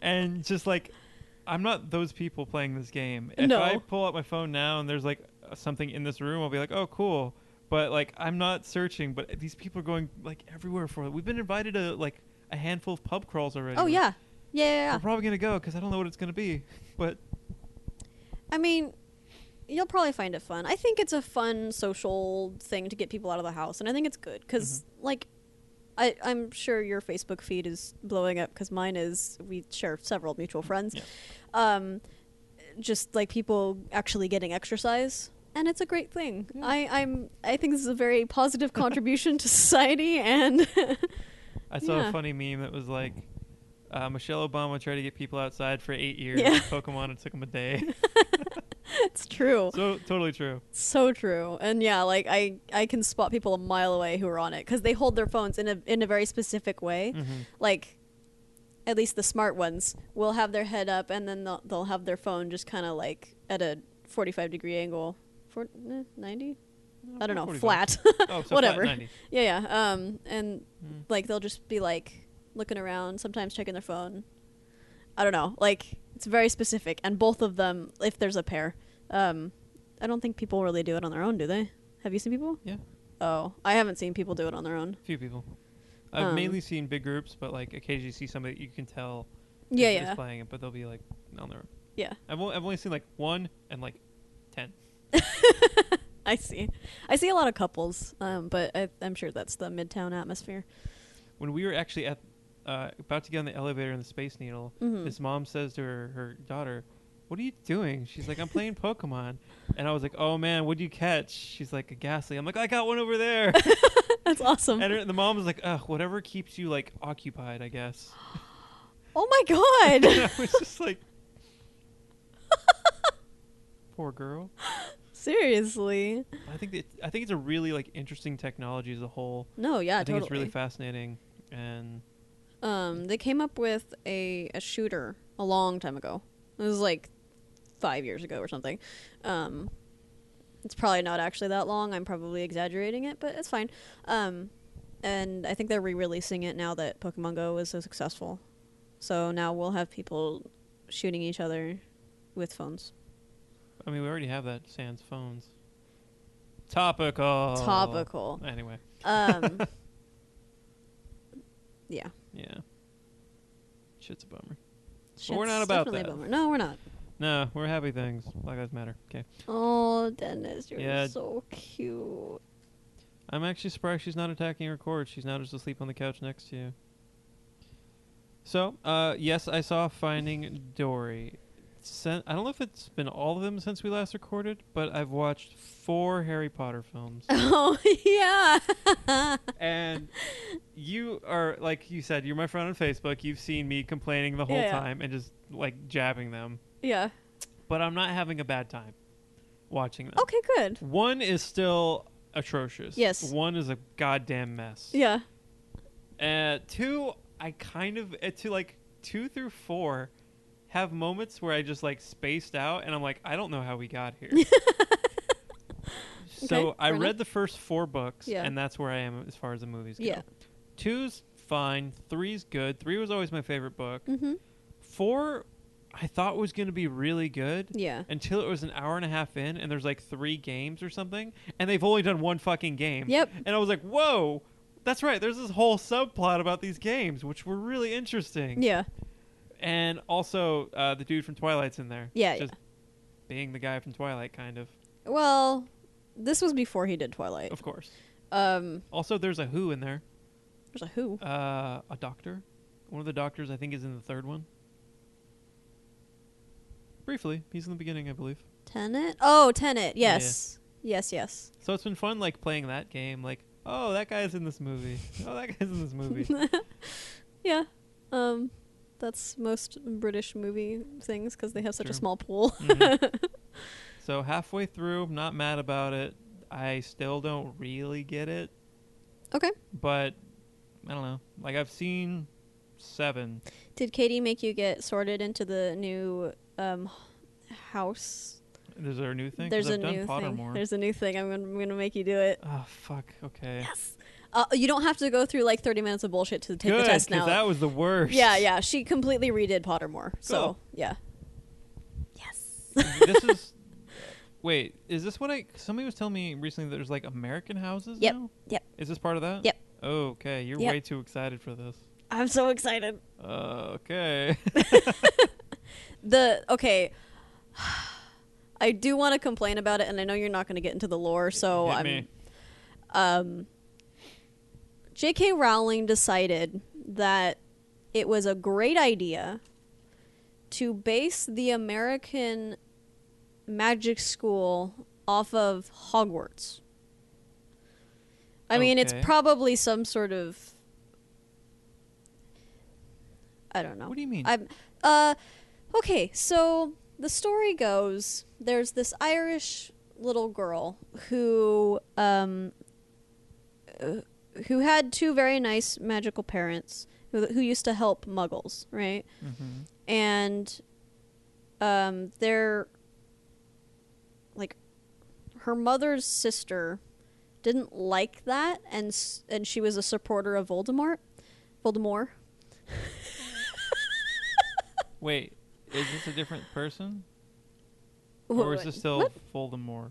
And just like, I'm not those people playing this game. If I No. pull out my phone now and there's like uh, something in this room, I'll be like, oh, cool. But like, I'm not searching, but these people are going like everywhere for it. We've been invited to like a handful of pub crawls already. Oh We're- yeah. Yeah, yeah, yeah. We're probably going to go because I don't know what it's going to be. But I mean, you'll probably find it fun. I think it's a fun social thing to get people out of the house, and I think it's good because, Mm-hmm. like, I, I'm sure your Facebook feed is blowing up because mine is. We share several mutual friends. Yeah. Um, just like people actually getting exercise, and it's a great thing. Yeah. I, I'm. I think this is a very positive contribution to society, and I saw a Yeah. funny meme that was like, uh, Michelle Obama tried to get people outside for eight years. Yeah. with Pokemon, it took them a day. it's true. so totally true. So true. And yeah, like I I can spot people a mile away who are on it cuz they hold their phones in a in a very specific way. Mhm. Like at least the smart ones will have their head up and then they'll, they'll have their phone just kind of like at a 45 degree angle. For, eh, 90? I don't know, 45. flat. Oh, so flat Whatever. 90. yeah, yeah. Um and Mm. like they'll just be like looking around, sometimes checking their phone. I don't know. Like it's very specific and both of them if there's a pair. Um I don't think people really do it on their own, do they? Have you seen people? Yeah, Oh, I haven't seen people do it on their own. a few people. I've Um, mainly seen big groups, but like occasionally you see somebody you can tell is- Yeah, is yeah. playing it, but they'll be like on their own. Yeah. I've only, I've only seen like one and like ten. I see. I see a lot of couples, um, but I, I'm sure that's the midtown atmosphere. When we were actually at uh, about to get on the elevator in the Space Needle, Mhm. his mom says to her, her daughter, "What are you doing?" She's like, "I'm playing Pokemon," and I was like, "Oh man, what'd you catch?" She's like, "A Ghastly." I'm like, "I got one over there." That's awesome. and her, the mom was like, "Ugh, whatever keeps you like occupied, I guess." oh my And god! I was just like, "Poor girl." Seriously. I think that I think it's a really like interesting technology as a whole. No, yeah, I think totally. it's really fascinating, and Um, they came up with a, a shooter a long time ago. It was like five years ago or something. Um, it's probably not actually that long. I'm probably exaggerating it, but it's fine. Um, and I think they're re-releasing it now that Pokemon Go was so successful. So now we'll have people shooting each other with phones. I mean we already have that sans phones. Topical. Topical. Anyway, Um, yeah. yeah. Shit's a bummer. Shit's But we're not about definitely a that. bummer. No, we're not. No, we're happy things. Black lives matter. Okay. Oh, Dennis, you're Yeah. so cute. I'm actually surprised she's not attacking her cord. She's now just asleep on the couch next to you. So, uh, yes, I saw Finding Dory. Sen- I don't know if it's been all of them since we last recorded, but I've watched four Harry Potter films. Oh yeah. and you are, like you said, you're my friend on Facebook. You've seen me complaining the whole Yeah, yeah. time and just, like, jabbing them. yeah. But I'm not having a bad time watching them. Okay, good. One is still atrocious. Yes. One is a goddamn mess. Yeah. Uh, two, I kind of uh, to like two through four have moments where I just like spaced out, and I'm like, I don't know how we got here. so Okay, I fair read enough. the first four books, Yeah. and that's where I am as far as the movies go. Yeah. Two's fine. Three's good. Three was always my favorite book. Mm-hmm. Four, I thought was going to be really good. Yeah. Until it was an hour and a half in, and there's like three games or something, and they've only done one fucking game. Yep. And I was like, whoa, that's right. There's this whole subplot about these games, which were really interesting. Yeah. And also, uh, the dude from Twilight's in there. Yeah, Just being the guy from Twilight, kind of. Well, this was before he did Twilight. Of course. Um. Also, there's a Who in there. There's a who. Uh, a doctor. One of the doctors, I think, is in the third one. Briefly, he's in the beginning, I believe. Tenet? Oh, Tenet. Yeah, yeah. Yes. Yes, yes. So it's been fun, like playing that game. Like, oh, that guy's in this movie. Oh, that guy's in this movie. yeah. Um that's most British movie things cuz they have such True. a small pool. Mhm. So halfway through, not mad about it. I still don't really get it, okay. but I don't know. Like I've seen seven. Did Katie make you get sorted into the new um house? There's a new thing. 'Cause There's a I've done new thing. Pottermore. There's a new thing. I'm gonna, I'm gonna make you do it. Oh fuck. Okay. Yes. Uh, you don't have to go through like 30 minutes of bullshit to take Good, 'cause the test now. that was the worst. Yeah, yeah. She completely redid Pottermore. So, yeah. Yes. this is. Wait, is this what I? Somebody was telling me recently that there's like American houses Yep, now. yep. Is this part of that? Yep. Okay, you're Yep. way too excited for this. I'm so excited. Uh, okay. The okay. I do want to complain about it and I know you're not going to get into the lore, so Hit I'm me. um J.K. Rowling decided that it was a great idea to base the American magic school off of Hogwarts. I mean, it's Okay. probably some sort of I don't know. What do you mean? I'm uh okay, so the story goes there's this Irish little girl who um uh, who had two very nice magical parents who who used to help muggles, right? Mhm. And um their like her mother's sister didn't like that and s- and she was a supporter of Voldemort. Voldemort. Wait, is this a different person, Wh- or is wh- this still what? Voldemort?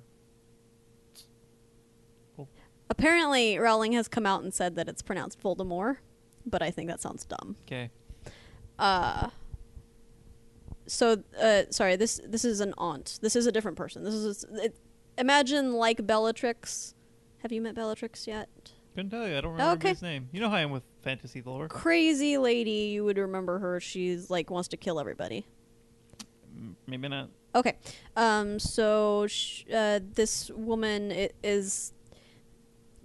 Apparently, Rowling has come out and said that it's pronounced Voldemort, but I think that sounds dumb. Okay. Uh, so, uh, sorry, this this is an aunt. This is a different person. This is it, imagine like Bellatrix. Have you met Bellatrix yet? Couldn't tell you. I don't remember Okay. his name. You know how I am with fantasy lore. Crazy lady, you would remember her. She's like wants to kill everybody. M- Maybe not. Okay. Um, so sh- uh, this woman i- is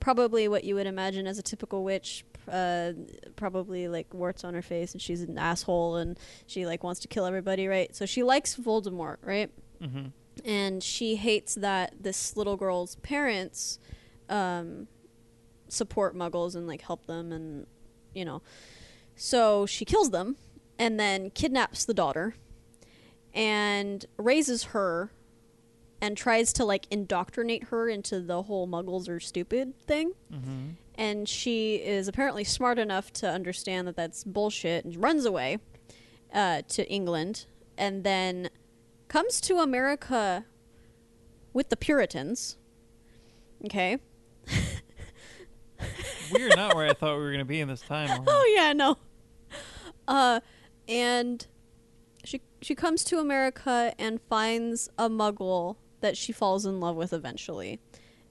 probably what you would imagine as a typical witch. Uh, probably like warts on her face, and she's an asshole, and she like wants to kill everybody, right? So she likes Voldemort, right? hmm and she hates that this little girl's parents um, support muggles and like help them and you know so she kills them and then kidnaps the daughter and raises her and tries to like indoctrinate her into the whole muggles are stupid thing hmm and she is apparently smart enough to understand that that's bullshit and runs away uh, to England and then comes to America with the Puritans. Okay. We're not where I thought we were going to be in this time. Oh yeah, no. Uh, and she she comes to America and finds a Muggle that she falls in love with eventually,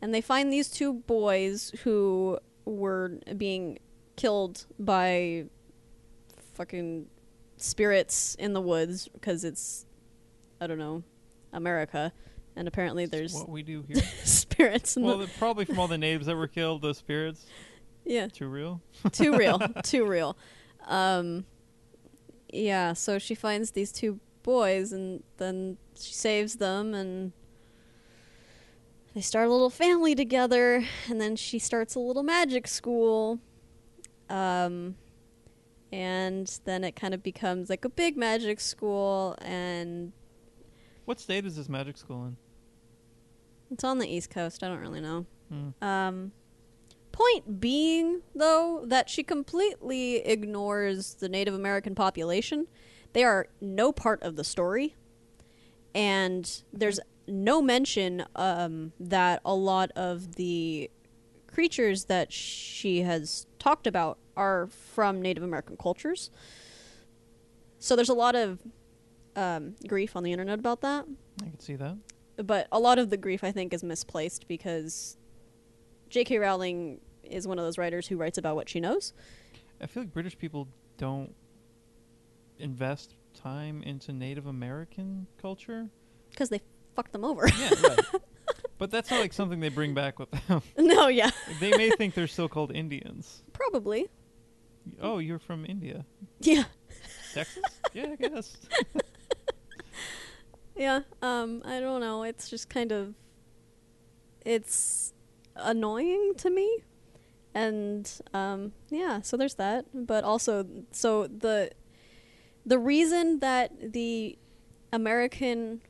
and they find these two boys who were being killed by fucking spirits in the woods because it's I don't know America, and apparently It's there's what we do here. spirits in well, the the- probably from all the natives that were killed, those spirits. yeah Too real. too real too real um yeah so she finds these two boys and then she saves them and they start a little family together and then she starts a little magic school um and then it kind of becomes like a big magic school and What state is this magic school in? it's on the east coast i don't really know Hmm. Um, point being, though, that she completely ignores the Native American population. They are no part of the story, and there's no mention um, that a lot of the creatures that she has talked about are from Native American cultures. So there's a lot of um, grief on the internet about that I can see that. but a lot of the grief I think is misplaced because J.K. Rowling is one of those writers who writes about what she knows. I feel like British people don't invest time into Native American culture. because they fucked them over. Yeah, right. but that's not like something they bring back with them. no, yeah, they may think they're still called Indians. probably. Oh, you're from India, Yeah, Texas? yeah, I guess. yeah. Um, I don't know. It's just kind of, it's annoying to me, and um, yeah. So there's that. But also, so the, the reason that the American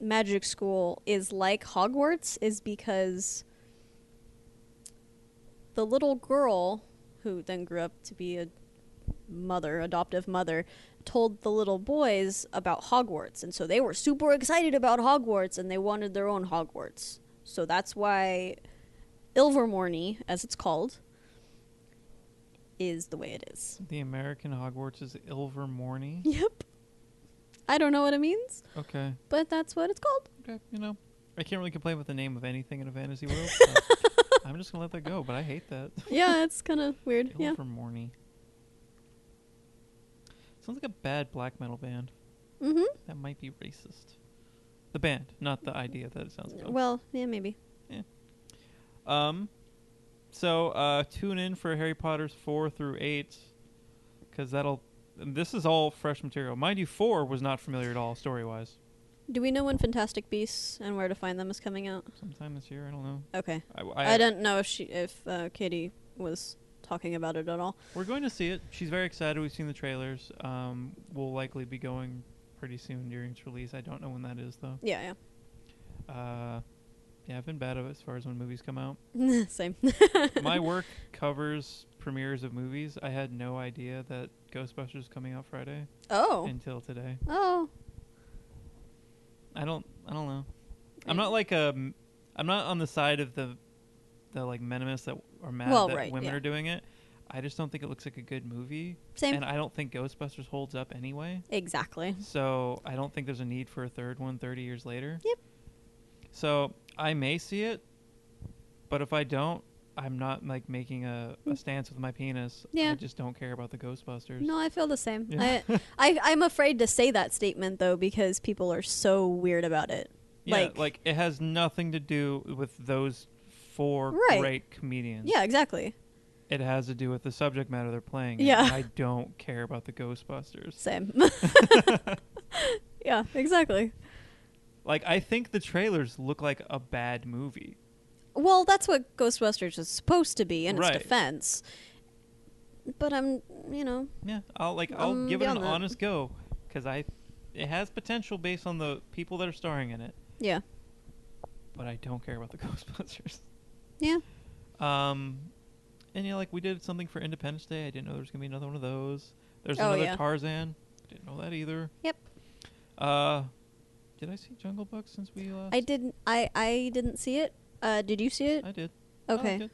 magic school is like Hogwarts is because the little girl who then grew up to be a mother, adoptive mother, told the little boys about Hogwarts. And so they were super excited about Hogwarts and they wanted their own Hogwarts. So that's why Ilvermorny, as it's called, is the way it is. The American Hogwarts is Ilvermorny. Yep. I don't know what it means, Okay. but that's what it's called. Okay, you know, I can't really complain with the name of anything in a fantasy world. so I'm just gonna let that go, but I hate that. Yeah, it's kind of weird. Yeah. Ilvermorny. Sounds like a bad black metal band. Mm-hmm. That might be racist. The band, not the idea that it sounds like. Well, yeah, maybe. Um, so uh, tune in for Harry Potter's four through eight, because that'll. and This is all fresh material, mind you. Four was not familiar at all story wise. Do we know when Fantastic Beasts and Where to Find Them is coming out? Sometime this year, I don't know. Okay. I, I, Oh, I, don't know if she, if uh, Katie was talking about it at all. We're going to see it. She's very excited. We've seen the trailers. Um, we'll likely be going pretty soon during its release. I don't know when that is though. Yeah, Uh, yeah, I've been bad of it as far as when movies come out. yeah. Same. My work covers premieres of movies. I had no idea that Ghostbusters is coming out Friday Oh. until today. Oh. I don't. I don't know. I'm not like a. m- I'm not on the side of the, the like minimus that are mad Well, that right, women yeah. are doing it. I just don't think it looks like a good movie, Same. Mm-hmm. and I don't think Ghostbusters holds up anyway. exactly. So I don't think there's a need for a third one 30 years later. Yep. So I may see it, but if I don't, I'm not like making a, a stance with my penis. I Mm. Yeah. just don't care about the Ghostbusters. No, I feel the same. Yeah. I, I, I'm afraid to say that statement though because people are so weird about it. yeah, like- it has nothing to do with those four Right. great comedians. Yeah, exactly. It has to do with the subject matter they're playing. in, Yeah. and I don't care about the Ghostbusters. Same. yeah, exactly. Like I think the trailers look like a bad movie. Well, that's what Ghostbusters is supposed to be in Right. its defense. But I'm, you know, Yeah, I'll like I'll Um, give it an beyond that. honest go because I it has potential based on the people that are starring in it, yeah, but I don't care about the Ghostbusters. yeah, Um, and yeah, like we did something for Independence Day. I didn't know there was gonna be another one of those. There's Oh, another yeah. Tarzan. Didn't know that either. yep. Uh, did I see Jungle Book since we last? I didn't, I, I didn't see it. Uh, did you see it? I did. I liked Okay, it.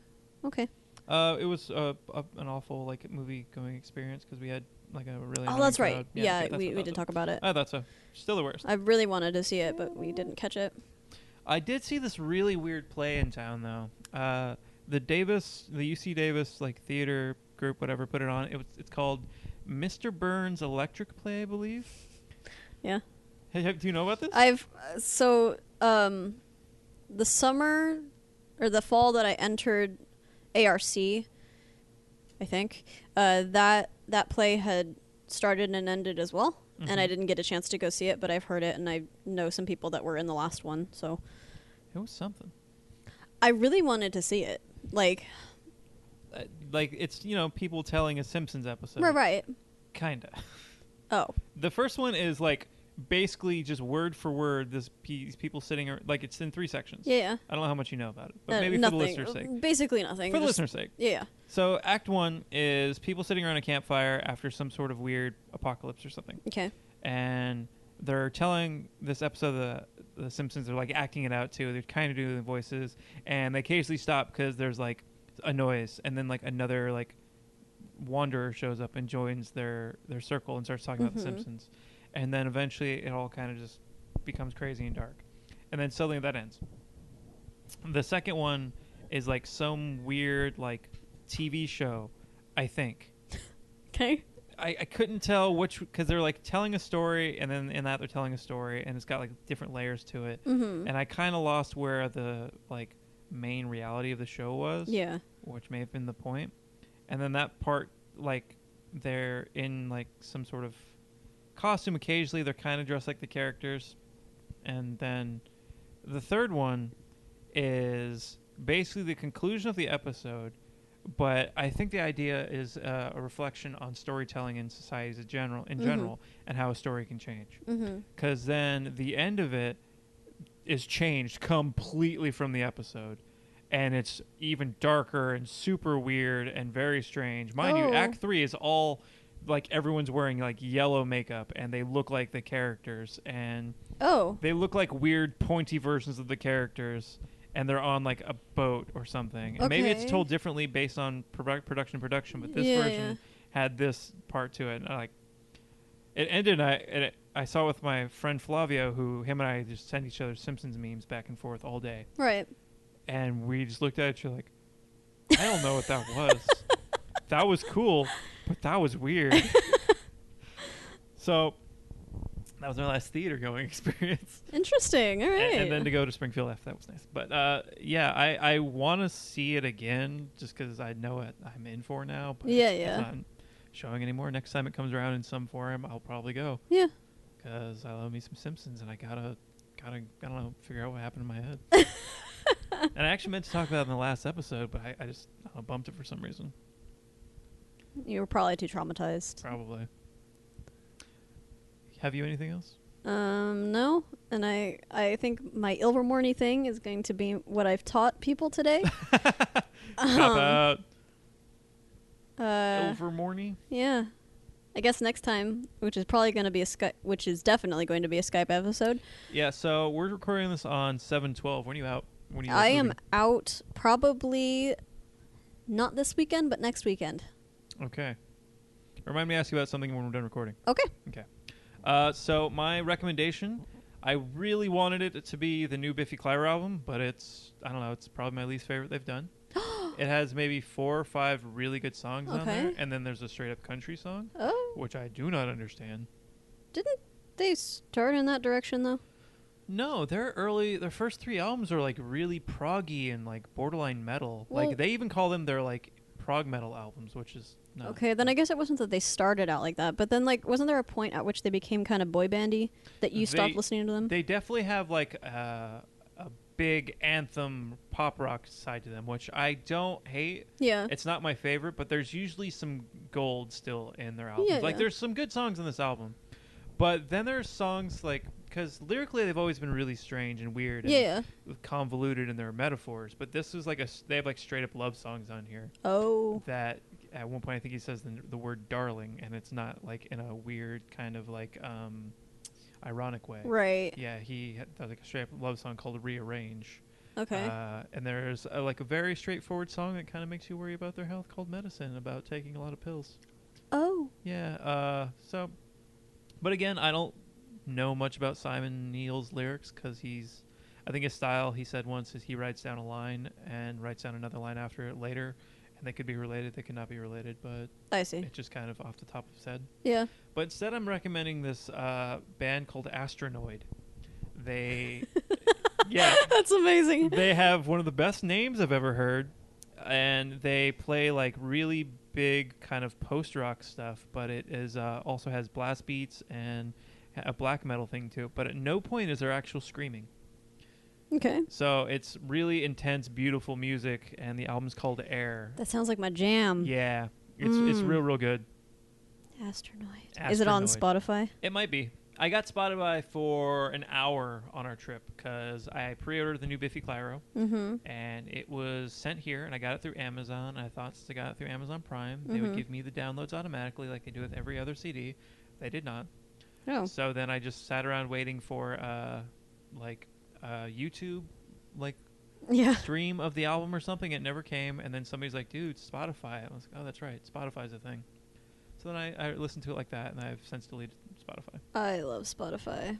okay. Uh, it was uh, a, an awful like movie going experience because we had like a really. Oh, annoying that's right. crowd. Yeah, but that's we, what we that did was. talk about it. I thought so. Still the worst. I really wanted to see it, but we didn't catch it. I did see this really weird play in town though. Uh, the Davis, the UC Davis like theater group, whatever, put it on. It was it's called Mr. Burns Electric Play, I believe. Yeah. Hey, have- do you know about this? I've uh, so um, the summer or the fall that I entered ARC, I think uh, that that play had started and ended as well, and I Mhm. didn't get a chance to go see it, but I've heard it, and I know some people that were in the last one, so it was something. I really wanted to see it. Like Uh, like it's you know people telling a Simpsons episode. we're right. Kinda. Oh, The first one is like basically just word for word. This pe- these people sitting ar- like it's in three sections. yeah, yeah. I don't know how much you know about it, but Uh, maybe nothing. for the listener's sake. Basically nothing. For the Just- listener's sake. Yeah, yeah. So Act One is people sitting around a campfire after some sort of weird apocalypse or something, Okay. and they're telling this episode of the, the Simpsons. They're like acting it out too. They're kind of doing the voices, and they occasionally stop because there's like a noise, and then like another like wanderer shows up and joins their their circle and starts talking about Mhm. the Simpsons, and then eventually it all kind of just becomes crazy and dark, and then suddenly that ends. The second one is like some weird like TV show, I think. Okay. I, I couldn't tell which because they're like telling a story and then in that they're telling a story and it's got like different layers to it Mm-hmm. and I kind of lost where the like main reality of the show was Yeah. which may have been the point and then that part like they're in like some sort of costume occasionally they're kind of dressed like the characters and then the third one is basically the conclusion of the episode but i think the idea is uh, a reflection on storytelling in societies in general in Mhm. general and how a story can change Mm-hmm. because then the end of it is changed completely from the episode and it's even darker and super weird and very strange mind Oh. you act three is all like everyone's wearing like yellow makeup and they look like the characters and Oh. they look like weird pointy versions of the characters and they're on like a boat or something and maybe it's Okay. told differently based on produc- production production but this Yeah, version yeah. had this part to it and I, like it ended and i and it, i saw with my friend flavio who him and i just sent each other simpsons memes back and forth all day Right. and we just looked at each other like i don't know what that was that was cool but that was weird so that was my last theater going experience Interesting. All a- right. and, then to go to Springfield after that was nice. But uh, yeah, I, I want to see it again just because I know what I'm in for now. But Yeah, it's, yeah. It's not showing anymore. Next time it comes around in some form, I'll probably go yeah. because I love me some Simpsons and I gotta gotta I don't know figure out what happened in my head. and I actually meant to talk about it in the last episode, but I, I just I don't know, bumped it for some reason. You were probably too traumatized. Probably. Have you anything else? Um, no. And I, I think my Ilvermorny thing is going to be what I've taught people today. How about Um, Uh, over morning? yeah. I guess next time, which is probably going to be a Skype, which is definitely going to be a Skype episode. Yeah, so we're recording this on seven twelve. When are you out? When are you I out am moving? out probably not this weekend, but next weekend. Okay. Remind me to ask you about something when we're done recording. Okay. Okay. Uh, so my recommendation, I really wanted it to be the new Biffy Clyro album, but it's I don't know, it's probably my least favorite they've done. it has maybe four or five really good songs on there, Okay. and then there's a straight up country song, Oh, which I do not understand. didn't they start in that direction though? No, their early their first three albums are like really proggy and like borderline metal. Well- like they even call them their like prog metal albums, which is not Okay, then I guess it wasn't that they started out like that, but then like wasn't there a point at which they became kind of boy bandy that you stopped They- listening to them? They definitely have like a, a big anthem pop rock side to them, which I don't hate. yeah. It's not my favorite, but there's usually some gold still in their albums. Yeah, like yeah. there's some good songs in this album, but then there's songs like because lyrically they've always been really strange and weird. and Yeah, yeah. convoluted in their metaphors, but this is like a s- they have like straight up love songs on here Oh. that at one point I think he says the, the word darling and it's not like in a weird kind of like um ironic way. Right. Yeah, he had- does like a straight up love song called Rearrange. Okay. Uh, and there's a, like a very straightforward song that kind of makes you worry about their health called Medicine about taking a lot of pills. oh. Yeah. Uh, so, but again, I don't know much about Simon Neil's lyrics because he's, I think his style, he said once, is he writes down a line and writes down another line after it later. And they could be related, they could not be related, but I see. it's just kind of off the top of his head. Yeah. But instead, I'm recommending this uh, band called Astronoid. They, yeah, That's amazing. they have one of the best names I've ever heard, and they play like really big kind of post rock stuff. But it is uh, also has blast beats and a black metal thing to it. But at no point is there actual screaming. okay. So it's really intense, beautiful music, and the album's called Air. That sounds like my jam. Yeah, it's it's Mm. real real good. Astronoid. Is it on Astronoid. Spotify? It might be. I got Spotify for an hour on our trip because I pre-ordered the new Biffy Clyro. Mm-hmm. and it was sent here and i got it through amazon i thought since i got it through amazon prime they would Mhm. give me the downloads automatically like they do with every other cd they did not Oh. so then i just sat around waiting for uh like uh youtube like Yeah. stream of the album or something it never came and then somebody's like dude spotify i was like oh that's right spotify's a thing so then i, I listened to it like that and i've since deleted spotify I love Spotify. I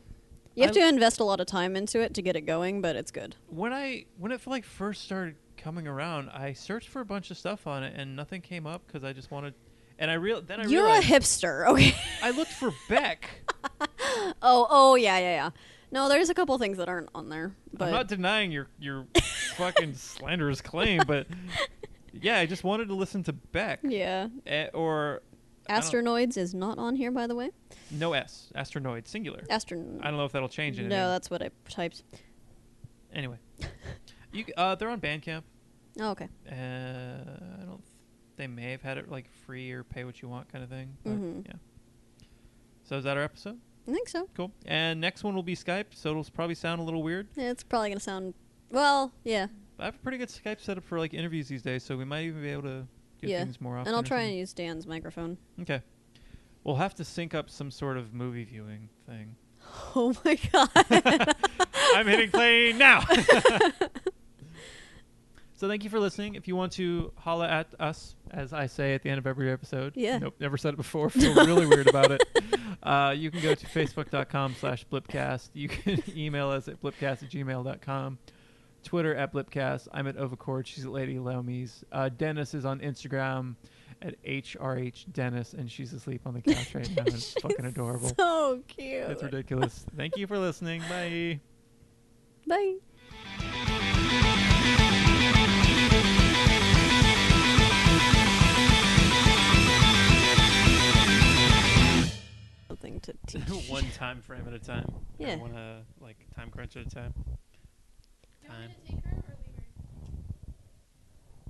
You have l- to invest a lot of time into it to get it going, but it's good. when I when it like first started coming around, I searched for a bunch of stuff on it and nothing came up because I just wanted. And I real then I You're a realized hipster, okay? I looked for Beck. oh, oh yeah, yeah, yeah. No, there's a couple things that aren't on there, but I'm not denying your your fucking slanderous claim, but yeah, I just wanted to listen to Beck yeah, Eh, or I don't- Astronoids is not on here, by the way. no S, Astronoid singular. Astron. I don't know if that'll change No, anything. that's what I typed. anyway, you c- uh, they're on Bandcamp. Oh, okay. Uh, I don't. Th- they may have had it like free or pay what you want kind of thing. but Mhm. Yeah. So is that our episode? I think so. Cool. And next one will be Skype, so it'll s- probably sound a little weird. Yeah, it's probably gonna sound well, yeah, I have a pretty good Skype setup for like interviews these days, so we might even be able to do Yeah. things more often. and I'll or try and something. use Dan's microphone. Okay. We'll have to sync up some sort of movie viewing thing. Oh my god. I'm hitting play now. so thank you for listening. If you want to holla at us, as I say at the end of every episode. Yeah. Nope, never said it before. Feel really weird about it. Uh, you can go to facebook.com slash blipcast. You can email us at blipcast at gmail.com. Twitter at blipcast. I'm at Overcord. She's at Lady Lomies. Uh, Dennis is on Instagram at HRH Dennis, and she's asleep on the couch right now. It's fucking adorable. so cute. It's ridiculous. Thank you for listening. Bye. Bye. Something to teach. one time frame at a time. Or Yeah. One uh, like time crunch at a time. Time.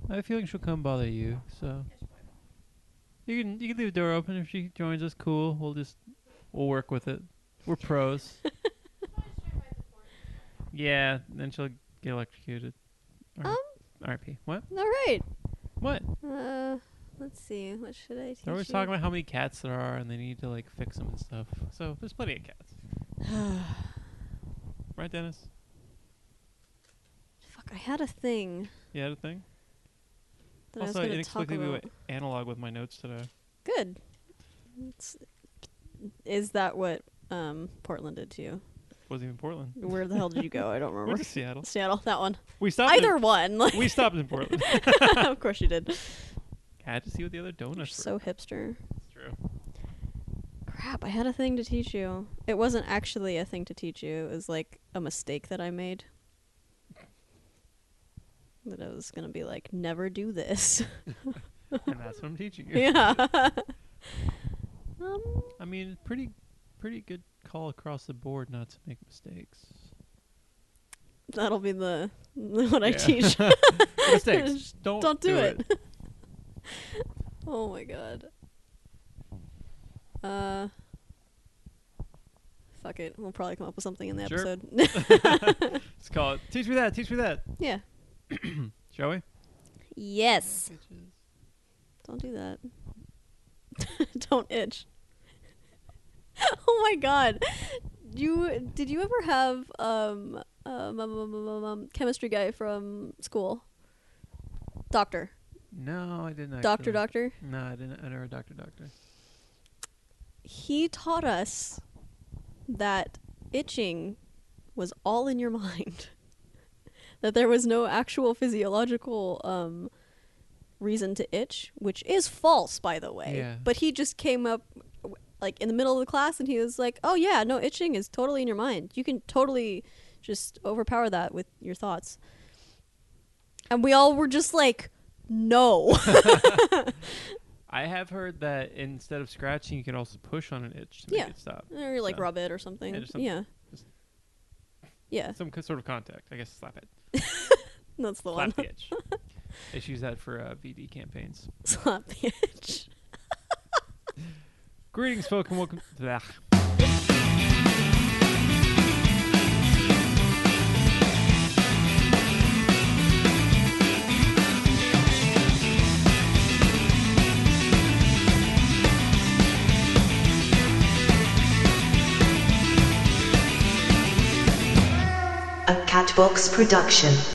I have a feeling she'll come bother you, so you can you can leave the door open if she joins us. Cool. We'll just we'll work with it. We're pros. yeah. Then she'll get electrocuted. Or Um. R.P. What? All right. What? Uh, let's see. What should I teach? They're always talking about how many cats there are and they need to like fix them and stuff. So there's plenty of cats, about. right, Dennis? Fuck! I had a thing Yeah, the thing. that also, I was going to talk inexplicably we about. went analog with my notes today. Good. It's, is that what um, Portland did to you? Wasn't even Portland. Where the hell did you go? I don't We went remember. to Seattle. Seattle, that one. We stopped. Either one. Like, In, we stopped in Portland. of course you did. Had to see what the other You're donuts. so were. hipster. It's true. Crap, I had a thing to teach you. It wasn't actually a thing to teach you. It was like a mistake that I made. That I was gonna be like, never do this. and that's what I'm teaching you. yeah. um, I mean, pretty, pretty good call across the board not to make mistakes. that'll be the what I Yeah. teach. mistakes. Don't Don't do it. oh my god. Uh. Fuck it. We'll probably come up with something in the Sure. episode. Let's call it. Teach me that. Teach me that. yeah. Shall we? Yes. Don't do that. Don't itch. oh my god. You did you ever have um um, um, um, um, um, um, chemistry guy from school? Doctor. No, I didn't. Doctor actually. doctor. No, I didn't. I never doctor doctor. He taught us that itching was all in your mind. that there was no actual physiological um reason to itch, which is false by the way. Yeah. But he just came up w- like in the middle of the class and he was like, "Oh yeah, no itching is totally in your mind. You can totally just overpower that with your thoughts." And we all were just like, "No." I have heard that instead of scratching, you can also push on an itch to Yeah. make it stop. or like So- rub it or something. Yeah, Yeah. just something- yeah. just- yeah. Some co- sort of contact. I guess slap it. That's the one. Slap the itch. They should use that for uh, VD campaigns. Slap the edge. Greetings, folk, and welcome. Blech. A Catbox production.